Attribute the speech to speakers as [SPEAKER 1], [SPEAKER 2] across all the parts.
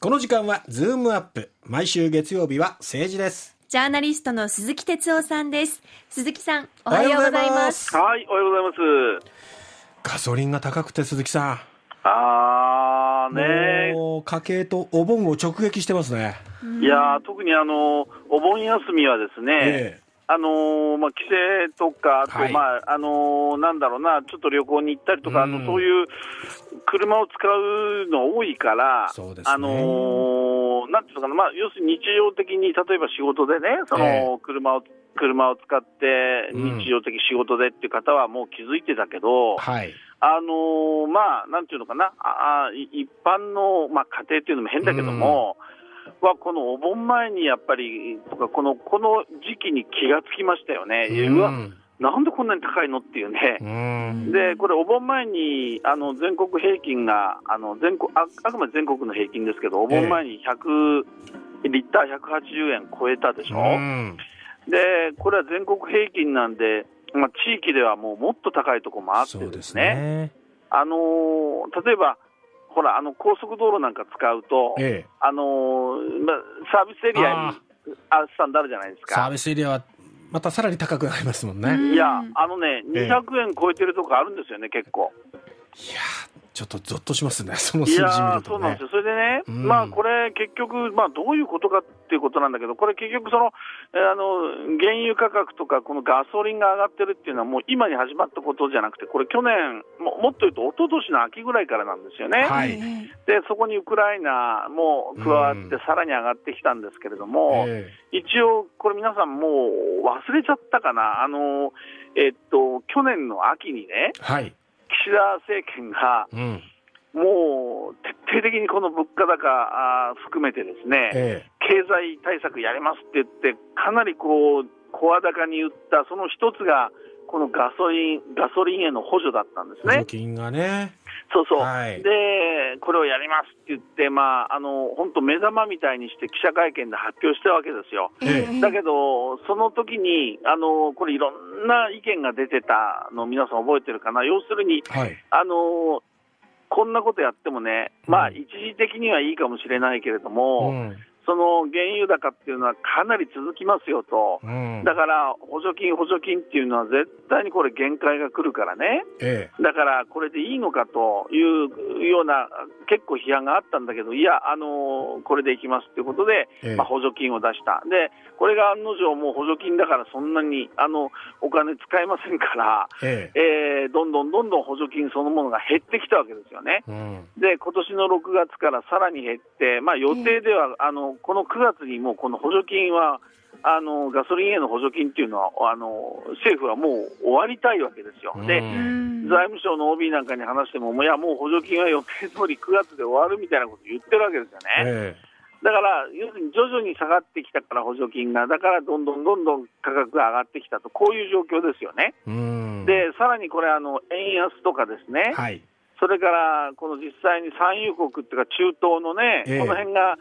[SPEAKER 1] この時間はズームアップ毎週月曜日は政治です
[SPEAKER 2] ジャーナリストの鈴木哲夫さんです。鈴木さん、おはようございます。
[SPEAKER 3] はい、おはようございます。
[SPEAKER 1] ガソリンが高くて鈴木さ
[SPEAKER 3] あー
[SPEAKER 1] ん
[SPEAKER 3] ね
[SPEAKER 1] もう家計とお盆を直撃してますね
[SPEAKER 3] いやー特にあのお盆休みはですね、
[SPEAKER 1] ええ
[SPEAKER 3] あのーまあ、帰省とか、あと
[SPEAKER 1] はい
[SPEAKER 3] まああのーなんだろうな、ちょっと旅行に行ったりとか、あ
[SPEAKER 1] うん
[SPEAKER 3] のそういう車を使うの多いから、
[SPEAKER 1] そうですね
[SPEAKER 3] あのーなんていうのかな、まあ、要するに日常的に、例えば仕事でね、そ
[SPEAKER 1] え
[SPEAKER 3] の車を、車を使って、
[SPEAKER 1] うん
[SPEAKER 3] 日常的仕事でっていう方はもう気づいてたけど、
[SPEAKER 1] はい
[SPEAKER 3] あのーまあ、なんていうのかな、ああい一般の、まあ、家庭というのも変だけども、はこのお盆前にやっぱり、とかこのこの時期に気がつきましたよね、うわ、なんでこんなに高いのっていうね
[SPEAKER 1] う。ん
[SPEAKER 3] でこれ、お盆前にあの全国平均があの全国あ、あくまで全国の平均ですけど、お盆前に100、リッター180円超えたでし
[SPEAKER 1] う
[SPEAKER 3] ょ、
[SPEAKER 1] ん
[SPEAKER 3] でこれは全国平均なんで、まあ、地域ではもうもっと高いところもあって
[SPEAKER 1] そう
[SPEAKER 3] で
[SPEAKER 1] です
[SPEAKER 3] すね
[SPEAKER 1] ね
[SPEAKER 3] あのー例えば、ほら、あの高速道路なんか使うと、
[SPEAKER 1] ええ
[SPEAKER 3] あのーまあ、サービスエリアに
[SPEAKER 1] あ
[SPEAKER 3] あスタンドあるじゃないです
[SPEAKER 1] サー
[SPEAKER 3] か。
[SPEAKER 1] ビスエリアはまたさらに高くなりますもんね、
[SPEAKER 2] う
[SPEAKER 1] い
[SPEAKER 2] ん
[SPEAKER 3] いや、あのね、
[SPEAKER 1] ええ
[SPEAKER 3] 200円超えてるとこあるんですよね、結構。
[SPEAKER 1] やーちょっとゾッとしますねその
[SPEAKER 3] い
[SPEAKER 1] 数字見
[SPEAKER 3] や
[SPEAKER 1] る
[SPEAKER 3] ー、そ
[SPEAKER 1] と
[SPEAKER 3] うな
[SPEAKER 1] ね
[SPEAKER 3] んですよ。それでね、
[SPEAKER 1] うん
[SPEAKER 3] まあ、これ、結局、まあ、どういうことかっていうことなんだけど、これ、結局、その、えーあの、原油価格とか、このガソリンが上がってるっていうのは、もう今に始まったことじゃなくて、これ、去年、ももっと言うと、一昨年の秋ぐらいからなんですよね。
[SPEAKER 1] は
[SPEAKER 2] はいい。
[SPEAKER 3] でそこにウクライナも加わっ
[SPEAKER 1] うん
[SPEAKER 3] て、さらに上がってきたんですけれども、
[SPEAKER 1] え
[SPEAKER 3] 一応、これ、皆さんもう忘れちゃったかな、あのえっと去年の秋にね、
[SPEAKER 1] えはい
[SPEAKER 3] 岸田政権が
[SPEAKER 1] うん
[SPEAKER 3] もう徹底的にこの物価高あー含めてですね、
[SPEAKER 1] え
[SPEAKER 3] 経済対策やりますって言って、かなりこう、声高に言った、その一つが、このガソリン、ガソリンへの補助だったんです
[SPEAKER 1] え補
[SPEAKER 3] ね
[SPEAKER 1] 助。金がね
[SPEAKER 3] そうそう、
[SPEAKER 1] はい
[SPEAKER 3] で、これをやりますって言って、まあ、あの、本当目玉みたいにして記者会見で発表したわけですよ。
[SPEAKER 1] ええ
[SPEAKER 3] だけど、その時に、あの、これいろんな意見が出てたの皆さん覚えてるかな。要するに、
[SPEAKER 1] はい
[SPEAKER 3] あの、こんなことやってもね、まあ、
[SPEAKER 1] うん
[SPEAKER 3] 一時的にはいいかもしれないけれど
[SPEAKER 1] う
[SPEAKER 3] も、
[SPEAKER 1] ん
[SPEAKER 3] その原油高っていうのはかなり続きますよと。
[SPEAKER 1] うん
[SPEAKER 3] だから、補助金、補助金っていうのは絶対にこれ限界が来るからね。
[SPEAKER 1] え
[SPEAKER 3] だからこれでいいのかというような、結構批判があったんだけど、いや、あのこれでいきますということで、
[SPEAKER 1] えええ
[SPEAKER 3] まあ、補助金を出した、でこれが案の定、もう補助金だからそんなにあのお金使えませんから、
[SPEAKER 1] ええ
[SPEAKER 3] えーどんどんどんどん補助金そのものが減ってきたわけですよね。
[SPEAKER 1] うん
[SPEAKER 3] で今年の6月からさらに減って、まあ、予定では、あのこの9月にもうこの補助金は、あのガソリンへの補助金っていうのはあの、政府はもう終わりたいわけですよ。で
[SPEAKER 1] うん
[SPEAKER 3] 財務省の OB なんかに話しても、もういや、もう補助金は予定通り9月で終わるみたいなこと言ってるわけですよね。
[SPEAKER 1] え
[SPEAKER 3] だから、要するに徐々に下がってきたから補助金が、だからどんどんどんどん価格が上がってきたと、こういう状況ですよね。
[SPEAKER 1] えうん
[SPEAKER 3] で、さらにこれ、あの、円安とかですね、
[SPEAKER 1] はい
[SPEAKER 3] それから、この実際に産油国っていうか中東のね、
[SPEAKER 1] ええ
[SPEAKER 3] この辺が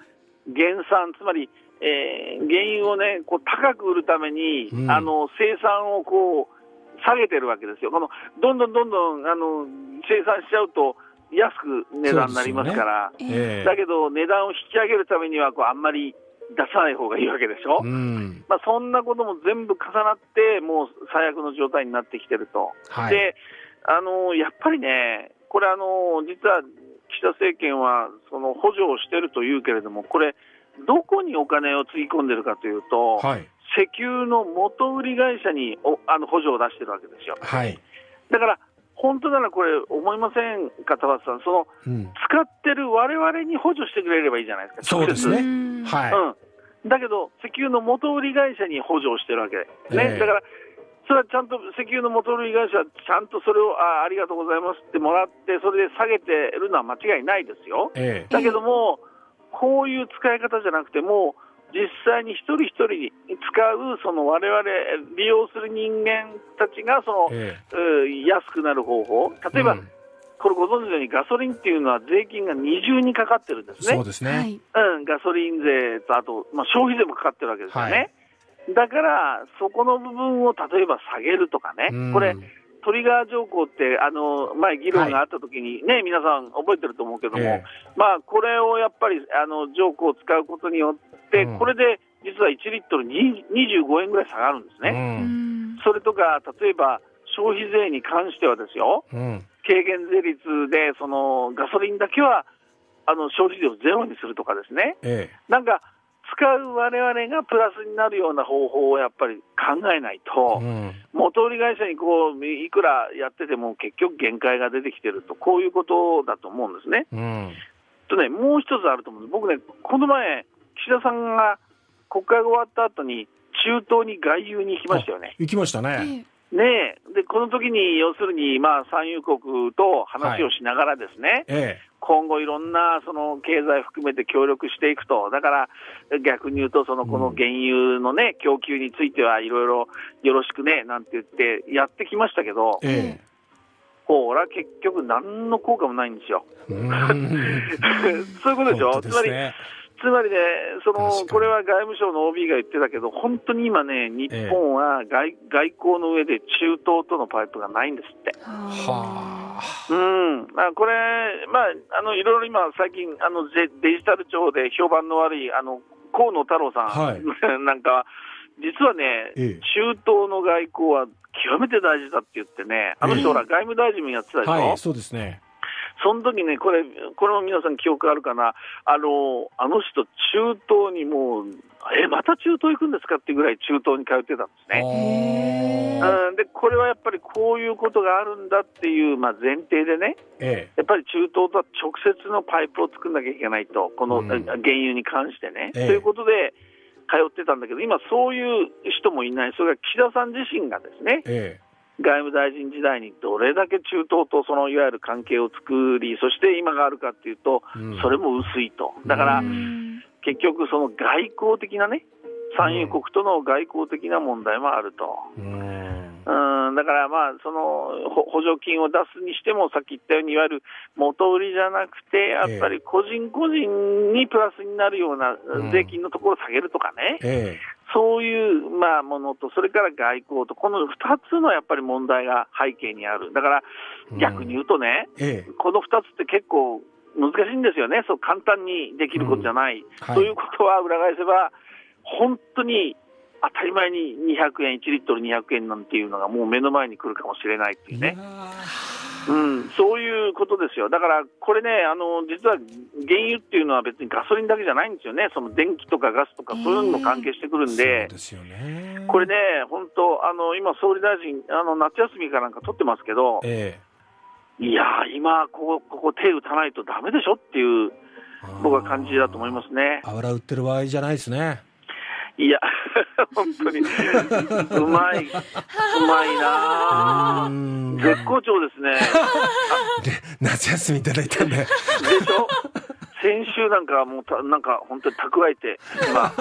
[SPEAKER 3] 減産、つまり、えー原油をね、こう高く売るために、
[SPEAKER 1] うん
[SPEAKER 3] あの生産をこう下げてるわけですよ。このどんどんどんどんあの生産しちゃうと安く値段になりますから。
[SPEAKER 2] ええ
[SPEAKER 1] ええ
[SPEAKER 3] だけど値段を引き上げるためにはこうあんまり出さない方がいいわけでしょ。
[SPEAKER 1] うん
[SPEAKER 3] まあ、そんなことも全部重なって、もう最悪の状態になってきてると、
[SPEAKER 1] はい
[SPEAKER 3] であのやっぱりね、これあの、実は岸田政権はその補助をしてるというけれども、これ、どこにお金をつぎ込んでるかというと、
[SPEAKER 1] はい
[SPEAKER 3] 石油の元売り会社におあの補助を出してるわけですよ。
[SPEAKER 1] はい
[SPEAKER 3] だから本当ならこれ、思いませんか、田畑さん、その
[SPEAKER 1] うん
[SPEAKER 3] 使ってる我々に補助してくれればいいじゃないです
[SPEAKER 1] そ
[SPEAKER 3] か、
[SPEAKER 1] う
[SPEAKER 3] 直接
[SPEAKER 1] ですねはい
[SPEAKER 3] うん、だけど、石油の元売り会社に補助をしてるわけで、ね
[SPEAKER 1] ええ
[SPEAKER 3] だから、それはちゃんと石油の元売り会社は、ちゃんとそれをあありがとうございますってもらって、それで下げてるのは間違いないですよ。
[SPEAKER 1] ええ
[SPEAKER 3] だけども、こういう使い方じゃなくても、実際に一人一人に使う、その我々、利用する人間たちがその、
[SPEAKER 1] え
[SPEAKER 3] うん安くなる方法、
[SPEAKER 1] え
[SPEAKER 3] 例えば、
[SPEAKER 1] うん
[SPEAKER 3] これご存知のように、ガソリンっていうのは税金が二重にかかってるんですね。
[SPEAKER 1] そうです
[SPEAKER 2] は
[SPEAKER 1] ね
[SPEAKER 2] い。
[SPEAKER 3] うん、ガソリン税と、あと、まあ、消費税もかかってるわけですよ
[SPEAKER 1] はい
[SPEAKER 3] ね。だから、そこの部分を例えば下げるとかね、これ、トリガー条項って、あの前、議論があった時に、ね、皆さん覚えてると思うけど
[SPEAKER 1] え
[SPEAKER 3] も、
[SPEAKER 1] え
[SPEAKER 3] まあ、これをやっぱりあの条項を使うことによって、
[SPEAKER 1] うん
[SPEAKER 3] これで実は1リットルに25円ぐらい下がるんです
[SPEAKER 1] う
[SPEAKER 3] ね。
[SPEAKER 1] ん。
[SPEAKER 3] それとか、例えば消費税に関してはですよ、
[SPEAKER 1] うん。
[SPEAKER 3] 軽減税率で、そのガソリンだけはあの消費税をゼロにするとかですね、
[SPEAKER 1] え
[SPEAKER 3] なんか使う我々がプラスになるような方法をやっぱり考えない
[SPEAKER 1] え。
[SPEAKER 3] と、
[SPEAKER 1] うん。
[SPEAKER 3] 元売り会社にこういくらやってても結局限界が出てきてると、こういうことだと思うんですね。
[SPEAKER 1] うん。
[SPEAKER 3] とね、もう一つあると思うんです。僕ね、この前、岸田さんが国会が終わった後に、中東に外遊に行きましたよね。
[SPEAKER 1] 行きましたね。
[SPEAKER 3] ねえ。で、この時に、要するに、まあ、産油国と話をしながらですね、
[SPEAKER 1] え
[SPEAKER 3] 今後いろんな、その、経済含めて協力していくと。だから、逆に言うと、その、この原油のね、供給についてはいろいろよろしくね、なんて言ってやってきましたけど
[SPEAKER 1] え。、え
[SPEAKER 3] ほら、結局何の効果もないんですよ。
[SPEAKER 1] え。うん。
[SPEAKER 3] そういうことでしょ
[SPEAKER 1] 本当
[SPEAKER 3] つまり、
[SPEAKER 1] ね。
[SPEAKER 3] つまりね、そ
[SPEAKER 1] 確か
[SPEAKER 3] の
[SPEAKER 1] に
[SPEAKER 3] これは外務省の OB が言ってたけど、本当に今ね、日本は外,、外交の上で中東とのパイプがないんですって。
[SPEAKER 1] はあ。
[SPEAKER 3] うん、あこれ、まああの、いろいろ今、最近あのデ、デジタル庁で評判の悪いあの河野太郎さん、
[SPEAKER 1] はい
[SPEAKER 3] なんかは、実はね、
[SPEAKER 1] ええ
[SPEAKER 3] 中東の外交は極めて大事だって言ってね、あの人、ほら、外務大臣もやってたでしょ。
[SPEAKER 1] はい、そうですね。
[SPEAKER 3] その時ね、これ、これも皆さん記憶あるかな、あの、あの人、中東にもう、え、また中東行くんですかっていうぐらい中東に通ってたんですね。
[SPEAKER 1] ああ。
[SPEAKER 3] うん、で、これはやっぱりこういうことがあるんだっていう、まあ、前提でね、
[SPEAKER 1] え
[SPEAKER 3] やっぱり中東とは直接のパイプを作んなきゃいけないと、この、
[SPEAKER 1] うん
[SPEAKER 3] 原油に関してね。
[SPEAKER 1] ええ
[SPEAKER 3] ということで、通ってたんだけど、今、そういう人もいない、それが岸田さん自身がですね
[SPEAKER 1] え。、え
[SPEAKER 3] 外務大臣時代にどれだけ中東とそのいわゆる関係を作り、そして今があるかっていうと、
[SPEAKER 1] え。うん
[SPEAKER 3] それも薄いと、だから
[SPEAKER 1] うん
[SPEAKER 3] 結局、その外交的なね、産油国との外交的な問題もあると、
[SPEAKER 1] うん。
[SPEAKER 3] うんだからまあそのほ補助金を出すにしても、さっき言ったように、いわゆる元売りじゃなくて、やっぱり個人個人にプラスになるような
[SPEAKER 1] うん
[SPEAKER 3] 税金のところを下げるとかね、
[SPEAKER 1] え
[SPEAKER 3] そういう、まあ、ものと、それから外交と、この2つのやっぱり問題が背景にある。だから
[SPEAKER 1] うん
[SPEAKER 3] 逆に言うとね、
[SPEAKER 1] え。ええ。
[SPEAKER 3] この2つって結構難しいんですよね。そう簡単にできることじゃない。
[SPEAKER 1] はい
[SPEAKER 3] ということは裏返せば、本当に当たり前に200円、1リットル200円なんていうのがもう目の前に来るかもしれないっていう
[SPEAKER 1] い
[SPEAKER 3] ね。
[SPEAKER 1] やー
[SPEAKER 3] うん、そういうことですよ。だからこれね、あの、実は原油っていうのは別にガソリンだけじゃないんですよね。その電気とかガスとかそういうのも関係してくるんで
[SPEAKER 1] そう。ですよね。
[SPEAKER 3] これね、本当、あの今、総理大臣、あの夏休みかなんか取ってますけど、
[SPEAKER 1] ええ。
[SPEAKER 3] いやー、今ここ、ここ手打たないとダメでしょっていう、僕は感じだと思いますね。
[SPEAKER 1] あばら売ってる場合じゃないですね。
[SPEAKER 3] いや、 本当に、うまい、うまいなー
[SPEAKER 1] ん
[SPEAKER 3] 絶好調ですね。
[SPEAKER 1] 夏休みいただいたんで、
[SPEAKER 3] でしょ先週なんかもうた、なんか本当に蓄えて、今、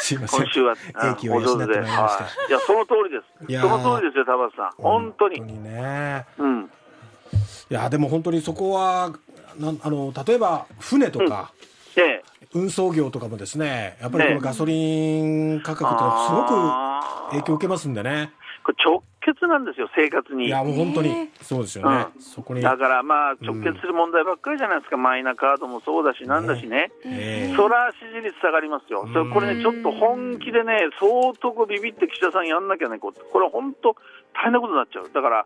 [SPEAKER 1] すいません。
[SPEAKER 3] 今週は、
[SPEAKER 1] 英気を養って
[SPEAKER 3] お
[SPEAKER 1] ま
[SPEAKER 3] 上
[SPEAKER 1] い
[SPEAKER 3] 手
[SPEAKER 1] り
[SPEAKER 3] で、
[SPEAKER 1] ました。
[SPEAKER 3] はい。いや、その通り
[SPEAKER 1] い
[SPEAKER 3] で
[SPEAKER 1] や
[SPEAKER 3] す。
[SPEAKER 1] ー
[SPEAKER 3] その通りですよ、田畑さん。本当に。
[SPEAKER 1] 本当にね。
[SPEAKER 3] うん。
[SPEAKER 1] いやでも本当にそこはなんあの例えば船とか。
[SPEAKER 3] ええ。
[SPEAKER 1] 運送業とかもですね、やっぱり
[SPEAKER 3] ね
[SPEAKER 1] このガソリン価格ってのはすごく影響を受けますんでね。
[SPEAKER 3] これ直結なんですよ、生活に。
[SPEAKER 1] いや、もう本当に、そうですよね。
[SPEAKER 3] うん
[SPEAKER 1] そこに。
[SPEAKER 3] だからまあ、直結する問題ばっかりじゃないですか、マイナカードもそうだし、なんだしね、
[SPEAKER 1] ええ
[SPEAKER 3] そら支持率下がりますよ、それこれね、ちょっと本気でね、相当こうビビって岸田さんやんなきゃね、こうこれ、本当、大変なことになっちゃう、だから、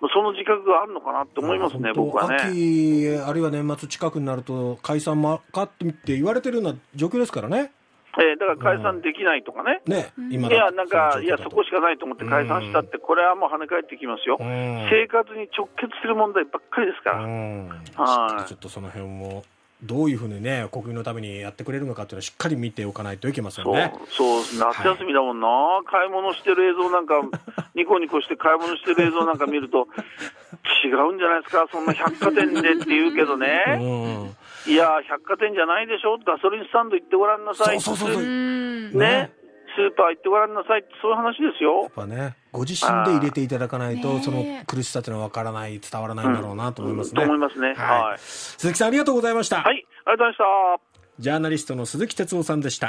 [SPEAKER 3] もうその自覚があるのかなって思いますね、
[SPEAKER 1] 本当
[SPEAKER 3] 僕はね。
[SPEAKER 1] 秋、あるいは年末近くになると、解散もかってって言われてるような状況ですからね。
[SPEAKER 3] えーだから解散できないとかね、
[SPEAKER 1] ね、今
[SPEAKER 3] いや、なんか、
[SPEAKER 1] の
[SPEAKER 3] い
[SPEAKER 1] 状況
[SPEAKER 3] や、
[SPEAKER 1] だ
[SPEAKER 3] そ
[SPEAKER 1] と
[SPEAKER 3] こしかないと思って解散したって、これはもう跳ね返ってきますよ、
[SPEAKER 1] うん
[SPEAKER 3] 生活に直結する問題ばっかりですから。
[SPEAKER 1] うん
[SPEAKER 3] はい
[SPEAKER 1] ちょっとその辺もどういうふうにね国民のためにやってくれるのかっていうのをしっかり見ておかないといけません
[SPEAKER 3] そう
[SPEAKER 1] ね。
[SPEAKER 3] そう夏休みだもんな、買い物してる映 像なんか、ニコニコして買い物してる映像なんか見ると、違うんじゃないですか、そんな百貨店でって言うけど
[SPEAKER 1] う
[SPEAKER 3] ね、
[SPEAKER 1] ん、
[SPEAKER 3] いや、百貨店じゃないでしょ、ガソリンスタンド行ってごらんなさい、
[SPEAKER 1] そうそうそうそう
[SPEAKER 2] うん
[SPEAKER 1] ね
[SPEAKER 3] ね、スーパー行ってごらんなさいって、そういう話です
[SPEAKER 1] や
[SPEAKER 3] よ
[SPEAKER 1] っ。ぱねご自身で入れていただかない
[SPEAKER 2] あ
[SPEAKER 1] と
[SPEAKER 2] ー
[SPEAKER 1] その
[SPEAKER 2] ねえ
[SPEAKER 1] 苦しさっていうのは分からない伝わらないんだろうなと思いますね。
[SPEAKER 3] うんと思いますねはい
[SPEAKER 1] 鈴木さんありがとうございました、
[SPEAKER 3] はい、ありがとうございました。
[SPEAKER 1] ジャーナリストの鈴木哲夫さんでした。